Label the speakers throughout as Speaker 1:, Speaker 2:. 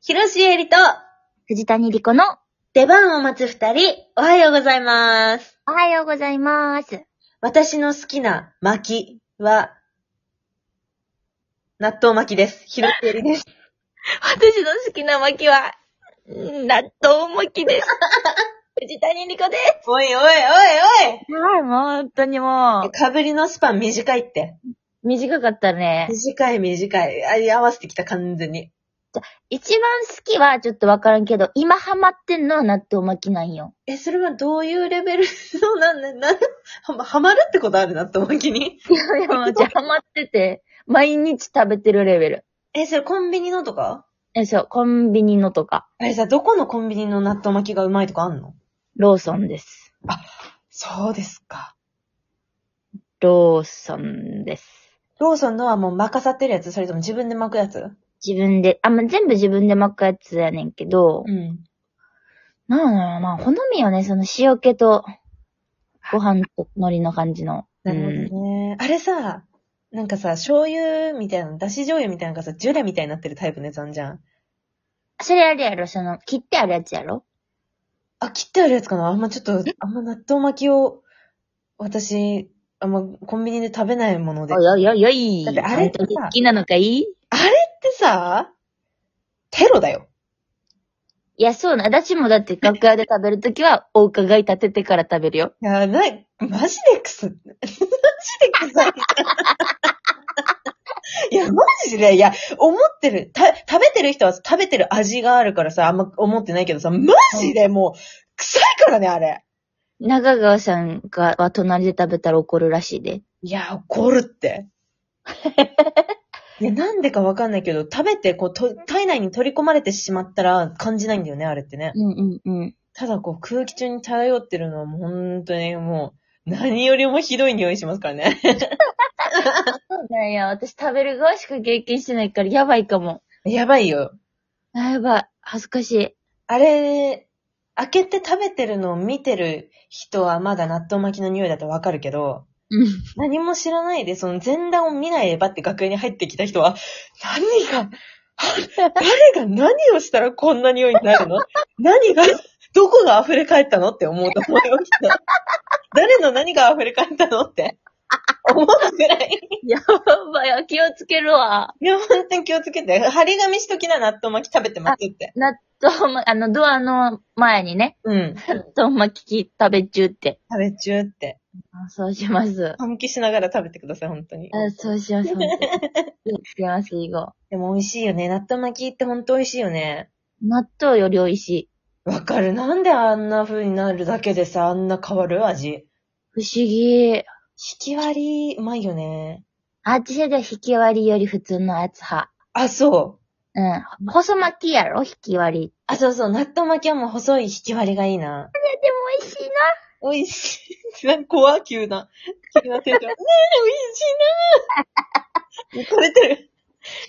Speaker 1: 広瀬えりと、
Speaker 2: 藤谷莉子の
Speaker 1: 出番を待つ二人、おはようございます。
Speaker 2: おはようございます。
Speaker 1: 私の好きな巻きは、納豆巻きです。広瀬えりです。
Speaker 2: 私の好きな巻きは、納豆巻きです。 藤谷莉子で
Speaker 1: おいおいおい
Speaker 2: す。はい、もう本当に
Speaker 1: お
Speaker 2: も
Speaker 1: いかぶりのスパン短いって。
Speaker 2: う、短かったね。
Speaker 1: 短い短い。あれ合わせてきた完全に。
Speaker 2: 一番好きはちょっとわからんけど、今ハマってんのは納豆巻きなんよ。
Speaker 1: え、それはどういうレベルそうなんだ、なん、はま、はまるってことある納豆巻きに。
Speaker 2: いやいや、 もうじゃあハマってて、毎日食べてるレベル。
Speaker 1: え、それコンビニのとか
Speaker 2: え、そう、コンビニのとか、
Speaker 1: あれさ、どこのコンビニの納豆巻きがうまいとかあんの
Speaker 2: ローソンです。
Speaker 1: そうですか。
Speaker 2: ローソンです。
Speaker 1: ローソンのはもう巻かさってるやつそれとも自分で巻くやつ
Speaker 2: 自分で、あ、まあ、全部自分で巻くやつやねんけど、
Speaker 1: ん。
Speaker 2: なんだろうな、好みよね、その塩気と、ご飯と海苔の感じの。
Speaker 1: なるほどね。あれさ、なんかさ、醤油みたいな、だし醤油みたいなのがさ、ジュレみたいになってるタイプのやつあんじゃん。
Speaker 2: それあれやろ、その、切ってあるやつやろ
Speaker 1: あ、切ってあるやつかなあんまちょっと、あんま納豆巻きを、私、あんまコンビニで食べないもので。
Speaker 2: おいおいおいおい。
Speaker 1: だってあれってさ
Speaker 2: 本当に好きなのかいい
Speaker 1: ってさ、テロだよ。
Speaker 2: いや、そうな。私もだって楽屋で食べるときは、お伺い立ててから食べるよ。
Speaker 1: いや、ない、マジでくす、マジでくさい。いや、マジで、いや、思ってる、た、食べてる人は食べてる味があるからさ、あんま思ってないけどさ、マジでもう、臭いからね、あれ。
Speaker 2: 中川さんが、は隣で食べたら怒るらしいで。
Speaker 1: いや、怒るって。いや、なんでかわかんないけど、食べて、こう、と、体内に取り込まれてしまったら感じないんだよね、あれってね。
Speaker 2: うんうんうん。
Speaker 1: ただ、こう、空気中に漂ってるのはもう、本当にもう、何よりもひどい匂いしますからね。
Speaker 2: そうなんや。私食べる側しか経験してないから、やばいかも。
Speaker 1: やばいよ。
Speaker 2: あ、やばい。恥ずかしい。
Speaker 1: あれ、開けて食べてるのを見てる人はまだ納豆巻きの匂いだとわかるけど、
Speaker 2: うん。
Speaker 1: 何も知らないで、その前段を見ないでばって学園に入ってきた人は、何が、誰が何をしたらこんな匂いになるの何が、どこが溢れ返ったのって思うと思いました。誰の何が溢れ返ったのって思うぐらい。
Speaker 2: やばい。気をつけるわ。
Speaker 1: いや、本当に気をつけて。張り紙しときな納豆巻き食べてますって。
Speaker 2: 納豆ま、あの、ドアの前にね、
Speaker 1: うん。
Speaker 2: 納 豆巻き食べ中って。
Speaker 1: 食べ中って。
Speaker 2: あそうします。
Speaker 1: 換気しながら食べてください、本当に。
Speaker 2: あ そうします、本当に。気をつけます、以後。
Speaker 1: でも美味しいよね。納豆巻きってほんと美味しいよね。
Speaker 2: 納豆より美味しい。
Speaker 1: わかる。なんであんな風になるだけでさ、あんな変わる味。
Speaker 2: 不思議。
Speaker 1: 引き割り、うまいよね。
Speaker 2: あっちで引き割りより普通のやつ派。
Speaker 1: あ、そう。
Speaker 2: うん。細巻きやろ引き割り。
Speaker 1: あ、そうそう。納豆巻きはもう細い引き割りがいいな。
Speaker 2: でも美味しいな。
Speaker 1: 美味しい。なんか怖、急な。急なテンション。 ねえ、美味しいな。疲れてる。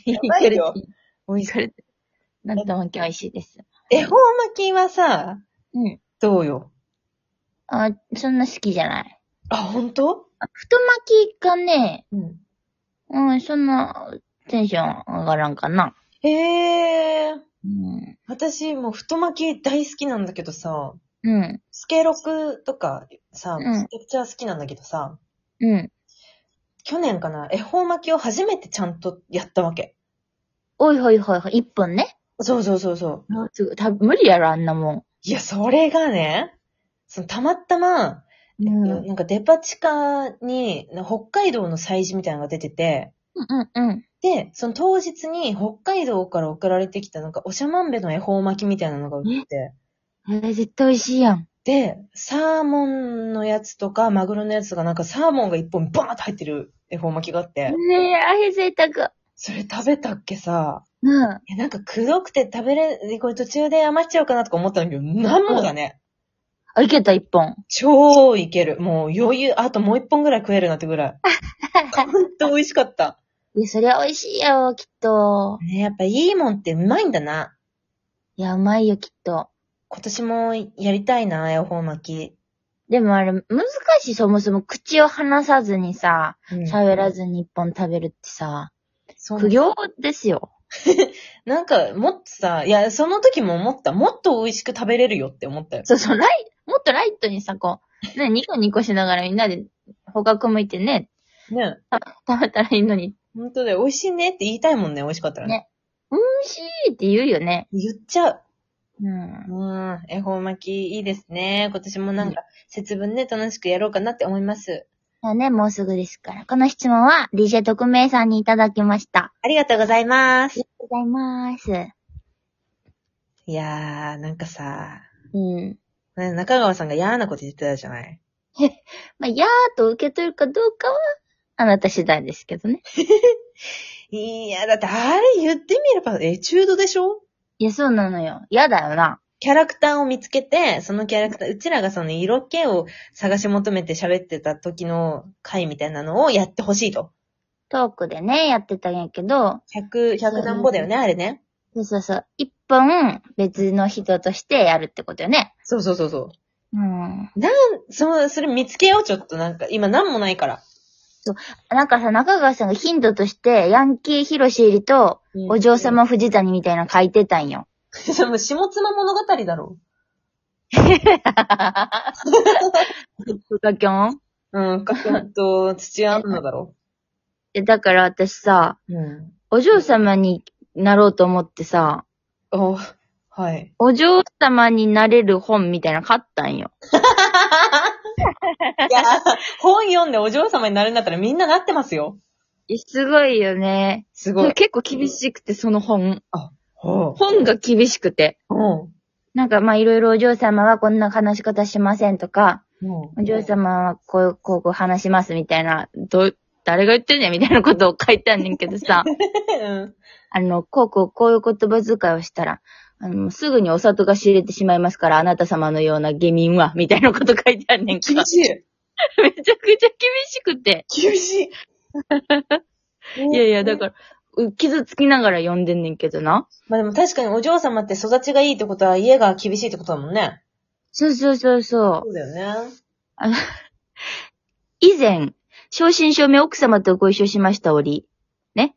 Speaker 2: い
Speaker 1: ばいよ美味しい。
Speaker 2: れてる納豆巻き美味しいです。
Speaker 1: 恵方巻きはさ、
Speaker 2: うん。
Speaker 1: どうよ。
Speaker 2: あ、そんな好きじゃない。
Speaker 1: あ、ほんと
Speaker 2: あ太巻きがね、
Speaker 1: うん。
Speaker 2: うん、そんなテンション上がらんかな。
Speaker 1: へえ。ー。
Speaker 2: うん。
Speaker 1: 私、もう太巻き大好きなんだけどさ、
Speaker 2: うん。
Speaker 1: スケロクとかさ、
Speaker 2: うん
Speaker 1: めちゃくちゃ好きなんだけどさ、
Speaker 2: うん。
Speaker 1: 去年かな、恵方巻きを初めてちゃんとやったわけ。
Speaker 2: おいほいほいほい、一本ね。
Speaker 1: そうそうそうそう。
Speaker 2: すぐ、多分無理やろ、あんなも
Speaker 1: いや、それがね、そのたまたま、
Speaker 2: ん。うん。うん
Speaker 1: なんかデパ地下に、な北海道の催事みたいなのが出てて、
Speaker 2: うんうん。
Speaker 1: で、その当日に北海道から送られてきたなんかおしゃまんべの恵方巻きみたいなのが売ってて、
Speaker 2: あれ絶対美味しいやん。
Speaker 1: で、サーモンのやつとかマグロのやつがなんかサーモンが一本バーンって入ってる恵方巻きがあって、
Speaker 2: ねえ、あれ贅沢。
Speaker 1: それ食べたっけさ、
Speaker 2: うん。
Speaker 1: いや、なんか、くどくて食べれ、これ途中で余っちゃうかなとか思ったんだけど、なんもだね。
Speaker 2: あ、いけた、一本。
Speaker 1: 超いける。もう余裕、あともう一本ぐらい食えるなってぐらい。ほんと美味しかった。
Speaker 2: いや、そりゃ美味しいよ、きっと。
Speaker 1: ねやっぱいいもんってうまいんだな。
Speaker 2: いや、うまいよ、きっと。
Speaker 1: 今年もやりたいな、恵方巻
Speaker 2: でもあれ、難しい、そもそも口を離さずにさ、
Speaker 1: き。うん
Speaker 2: 喋らずに一本食べるってさ、
Speaker 1: そう
Speaker 2: 苦行ですよ。
Speaker 1: なんか、もっとさ、いや、その時も思った。もっと美味しく食べれるよって思ったよ。
Speaker 2: そうそう、ライ、もっとライトにさ、こう、ね、ニコニコしながらみんなで、捕獲向いてね、
Speaker 1: ね。
Speaker 2: 食べたらいいのに、
Speaker 1: 本当だよ。美味しいねって言いたいもんね、美味しかったらね。
Speaker 2: ね美味しいって言うよね。
Speaker 1: 言っちゃう。
Speaker 2: うん。
Speaker 1: うん。恵方巻きいいですね。今年もなんか、節分ね、楽しくやろうかなって思います。
Speaker 2: だね、もうすぐですから。この質問は DJ 特命さんにいただきました。
Speaker 1: ありがとうございます。
Speaker 2: ありがとうございます。
Speaker 1: いやー、なんかさ、
Speaker 2: うん。
Speaker 1: ね中川さんが嫌なこと言ってたじゃない。
Speaker 2: まあ、やーと受け取るかどうかは、あなた次第ですけどね。
Speaker 1: いや、だってあれ言ってみればエチュードでしょ
Speaker 2: いや、そうなのよ。やだよな。
Speaker 1: キャラクターを見つけて、そのキャラクター、うちらがその色気を探し求めて喋ってた時の回みたいなのをやってほしいと。
Speaker 2: トークでね、やってたんやけど、
Speaker 1: 100、100何歩だよね、あれね。
Speaker 2: そうそうそう。一本、別の人としてやるってことよね。
Speaker 1: そうそうそうそ
Speaker 2: うん。
Speaker 1: う。そう、それ見つけよう、ちょっとなんか。今何もないから。
Speaker 2: なんかさ、中川さんが頻度として、ヤンキーヒロシ入りと、お嬢。様藤谷みたいなの書いてたんよ。
Speaker 1: それもう下妻物語だろ。
Speaker 2: ふかきょん
Speaker 1: うん、かくんと土屋アンナだろ。
Speaker 2: え、だから私さ、
Speaker 1: うん。
Speaker 2: お嬢様になろうと思ってさ、
Speaker 1: お、はい。
Speaker 2: お嬢様になれる本みたいなの買ったんよ。
Speaker 1: いや、本読んでお嬢様になるんだったらみんななってますよ。
Speaker 2: えすごいよね。
Speaker 1: すごい。
Speaker 2: 結構厳しくて、その本。
Speaker 1: ほう。
Speaker 2: 本が厳しくて。
Speaker 1: ほ
Speaker 2: なんかまあいろいろお嬢様はこんな話し方しませんとか、
Speaker 1: う。ほ
Speaker 2: お嬢様はこう、こう、こう話しますみたいな、どう、誰が言ってんねんみたいなことを書いたんねんけど さ、
Speaker 1: う。
Speaker 2: あの、こうこうこういう言葉遣いをしたら、あの、すぐにお里が知れてしまいますから、あなた様のような下民は、みたいなこと書いてあんねんけど
Speaker 1: 厳、しい。
Speaker 2: めちゃくちゃ厳しくて。
Speaker 1: 厳しい。
Speaker 2: いやいや、だから、う傷つきながら読んでんねんけどな。
Speaker 1: まあでも確かにお嬢様って育ちがいいってことは家が厳しいってことだもんね。
Speaker 2: そうそうそうそう。
Speaker 1: うだよね。
Speaker 2: 以前、正真正銘奥様とご一緒しました折、
Speaker 1: うん。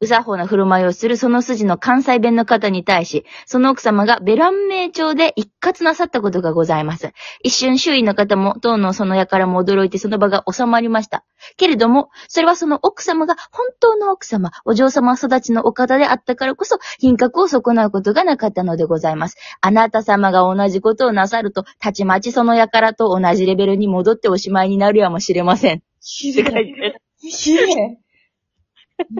Speaker 2: うさほうな振る舞いをするその筋の関西弁の方に対し、その奥様がベラン名調で一括なさったことがございます。一瞬周囲の方も、当のそのやからも驚いてその場が収まりました。けれども、それはその奥様が本当の奥様、お嬢様育ちのお方であったからこそ、品格を損なうことがなかったのでございます。あなた様が同じことをなさると、たちまちそのやからと同じレベルに戻っておしまいになるやもしれません。
Speaker 1: ひ
Speaker 2: って書
Speaker 1: でえ。
Speaker 2: いてある
Speaker 1: ひでえ。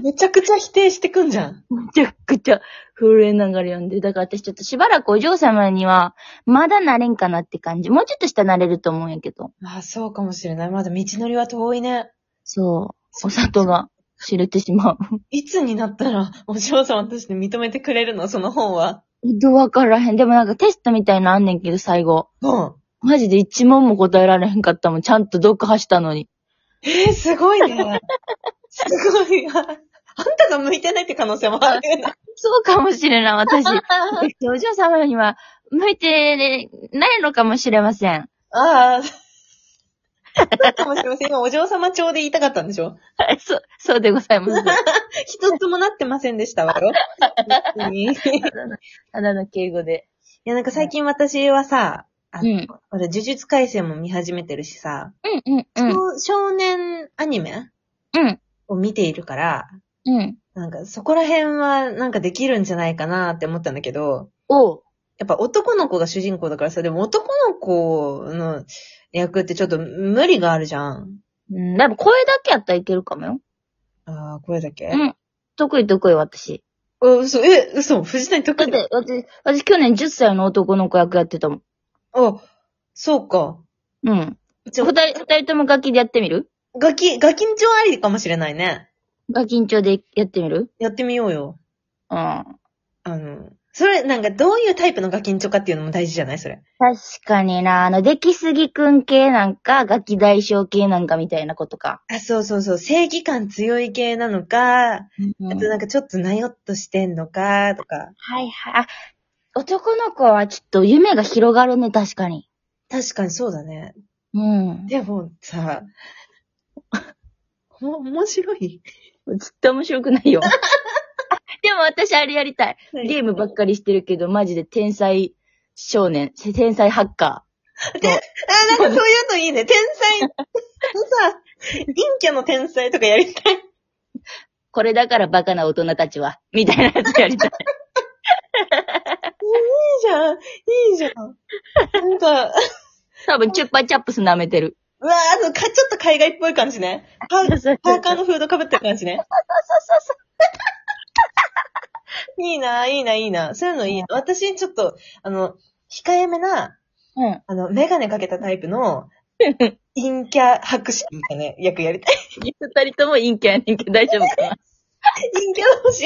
Speaker 1: めちゃくちゃ否定してくんじゃん。
Speaker 2: めちゃくちゃ震えながら読んで。だから私ちょっとしばらくお嬢様には、まだなれんかなって感じ。もうちょっとしたらなれると思うんやけど。
Speaker 1: ああ、そうかもしれない。まだ道のりは遠いね。
Speaker 2: そう。お里が知れてしまう。
Speaker 1: いつになったらお嬢様として認めてくれるのその本は。
Speaker 2: どうわからへん。でもなんかテストみたいなのあんねんけど、最後。
Speaker 1: うん。
Speaker 2: マジで一問も答えられへんかったもん。ちゃんと読破したのに。
Speaker 1: ええすごいね。すごい。ああんたが向いてないって可能性もあるよな。
Speaker 2: そうかもしれない、 私。私お嬢様には、向いてないのかもしれません。
Speaker 1: ああ。そうかもしれません。今、お嬢様調で言いたかったんでしょ
Speaker 2: そう、そうでございます。
Speaker 1: 一つもなってませんでしたわよ。本当に い
Speaker 2: ただの敬語で。
Speaker 1: や、なんか最近私はさ、あ
Speaker 2: う
Speaker 1: の、
Speaker 2: ん。
Speaker 1: 俺、呪術改正も見始めてるしさ、
Speaker 2: うん、うん、うん。
Speaker 1: 少年アニメ
Speaker 2: うん、
Speaker 1: を見ているから、
Speaker 2: うん。
Speaker 1: なんかそこら辺はなんかできるんじゃないかなって思ったんだけど、
Speaker 2: おう。
Speaker 1: やっぱ男の子が主人公だからさ、でも男の子の役ってちょっと無理があるじゃん。
Speaker 2: うん、でも声だけやったらいけるかもよ。
Speaker 1: ああ、これだけ
Speaker 2: うん得意得意私。
Speaker 1: う嘘、え、嘘、藤谷
Speaker 2: だ
Speaker 1: 特
Speaker 2: っ
Speaker 1: に
Speaker 2: て、私、私去年10歳の男の子役やってたもん。
Speaker 1: あ、そうか。
Speaker 2: うん。
Speaker 1: じ
Speaker 2: じ
Speaker 1: ゃ
Speaker 2: ゃ、
Speaker 1: あ
Speaker 2: 二、人、二人ともガキでやってみる
Speaker 1: ガキ、ガキンチョありかもしれないね。
Speaker 2: ガキンチョでやってみる
Speaker 1: やってみようよ。
Speaker 2: うん。
Speaker 1: あの、それ、なんかどういうタイプのガキンチョかっていうのも大事じゃないそれ。
Speaker 2: 確かにな、あの、出来すぎくん系なんか、ガキ大将系なんかみたいなことか。
Speaker 1: あ、そうそうそう。正義感強い系なのか、あ
Speaker 2: うん
Speaker 1: となんかちょっとなよっとしてんのか、とか。
Speaker 2: はいはい。あ、男の子はちょっと夢が広がるね、確かに。
Speaker 1: 確かにそうだね。
Speaker 2: うん。
Speaker 1: でもさ、 も、面白い。
Speaker 2: ずっと面白くないよ。あでも私あれやりたい。ゲームばっかりしてるけど、マジで天才少年、天才ハッカ
Speaker 1: あ、なんかそういうのいいね。天才。さ、陰キャの天才とかやりたい。
Speaker 2: ー。これだからバカな大人たちは。みたいなやつや りたい。
Speaker 1: いいじゃん。いいじゃん。なんか、
Speaker 2: 多分、チュッパチャップス舐めてる。
Speaker 1: うわーあの、か、ちょっと海外っぽい感じね。パ
Speaker 2: そう
Speaker 1: ー
Speaker 2: そう
Speaker 1: パ
Speaker 2: そう
Speaker 1: ーカーのフードかぶってる感じね。
Speaker 2: そう
Speaker 1: いいな、いいな、いいな。そういうのいいな。私、ちょっと、あの、控えめな、
Speaker 2: そう。うん。
Speaker 1: あの、メガネかけたタイプの、陰キャ博士みたいな役やりたい。
Speaker 2: 二人とも陰キャやねんけど大丈夫か
Speaker 1: 陰キャ博士。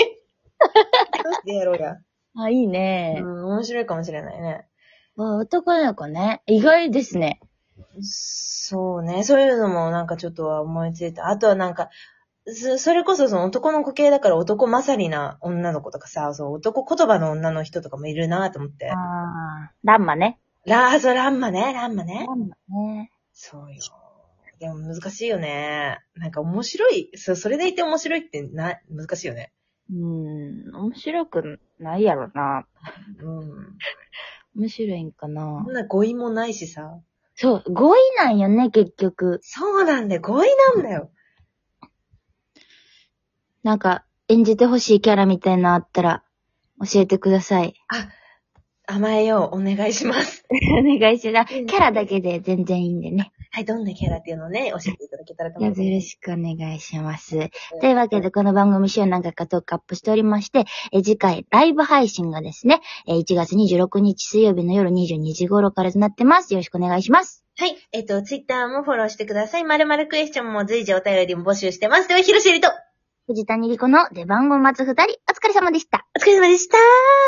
Speaker 1: でやろうや。
Speaker 2: なあ、いいうね。
Speaker 1: ん、面白いかもしれないね。
Speaker 2: わあ男の子ね。意外ですね。
Speaker 1: そうね。そういうのもなんかちょっとは思いついた。あとはなんか、そそれこそその男の子系だから男まさりな女の子とかさ、そう男言葉の女の人とかもいるなと思って。
Speaker 2: ああ。ランマね。
Speaker 1: ラー、そう、ランマね、ランマね。
Speaker 2: ンマね。
Speaker 1: そうよ。でも難しいよね。なんか面白い。そそれでいて面白いってな、難しいよね。
Speaker 2: うーん。面白くないやろな。
Speaker 1: うん。
Speaker 2: 面白いんかな
Speaker 1: そん。な語彙もないしさ。
Speaker 2: そう、5位なんよね、結局。
Speaker 1: そうなんだよ。語彙なんだよ。
Speaker 2: なんか、演じてほしいキャラみたいなのあったら、教えてください。
Speaker 1: 甘えよう。お願いします。
Speaker 2: お願いします。キャラだけで全然いいんでね。
Speaker 1: はい、どんなキャラっていうのをね、教えていただけたらと思
Speaker 2: ま
Speaker 1: いま
Speaker 2: ず
Speaker 1: す。
Speaker 2: よろしくお願いします。というわけで、この番組週何回かトークアップしておりまして、え次回ライブ配信がですね、え1月26日水曜日の夜22時頃からとなってます。よろしくお願いします。
Speaker 1: はい。えっ、と、ツイッターもフォローしてください。まるまるクエスチョンも随時お便りも募集してます。では、広瀬ゆりと、
Speaker 2: 藤谷莉子の出番を待つ二人、お疲れ様でした。
Speaker 1: お疲れ様でした。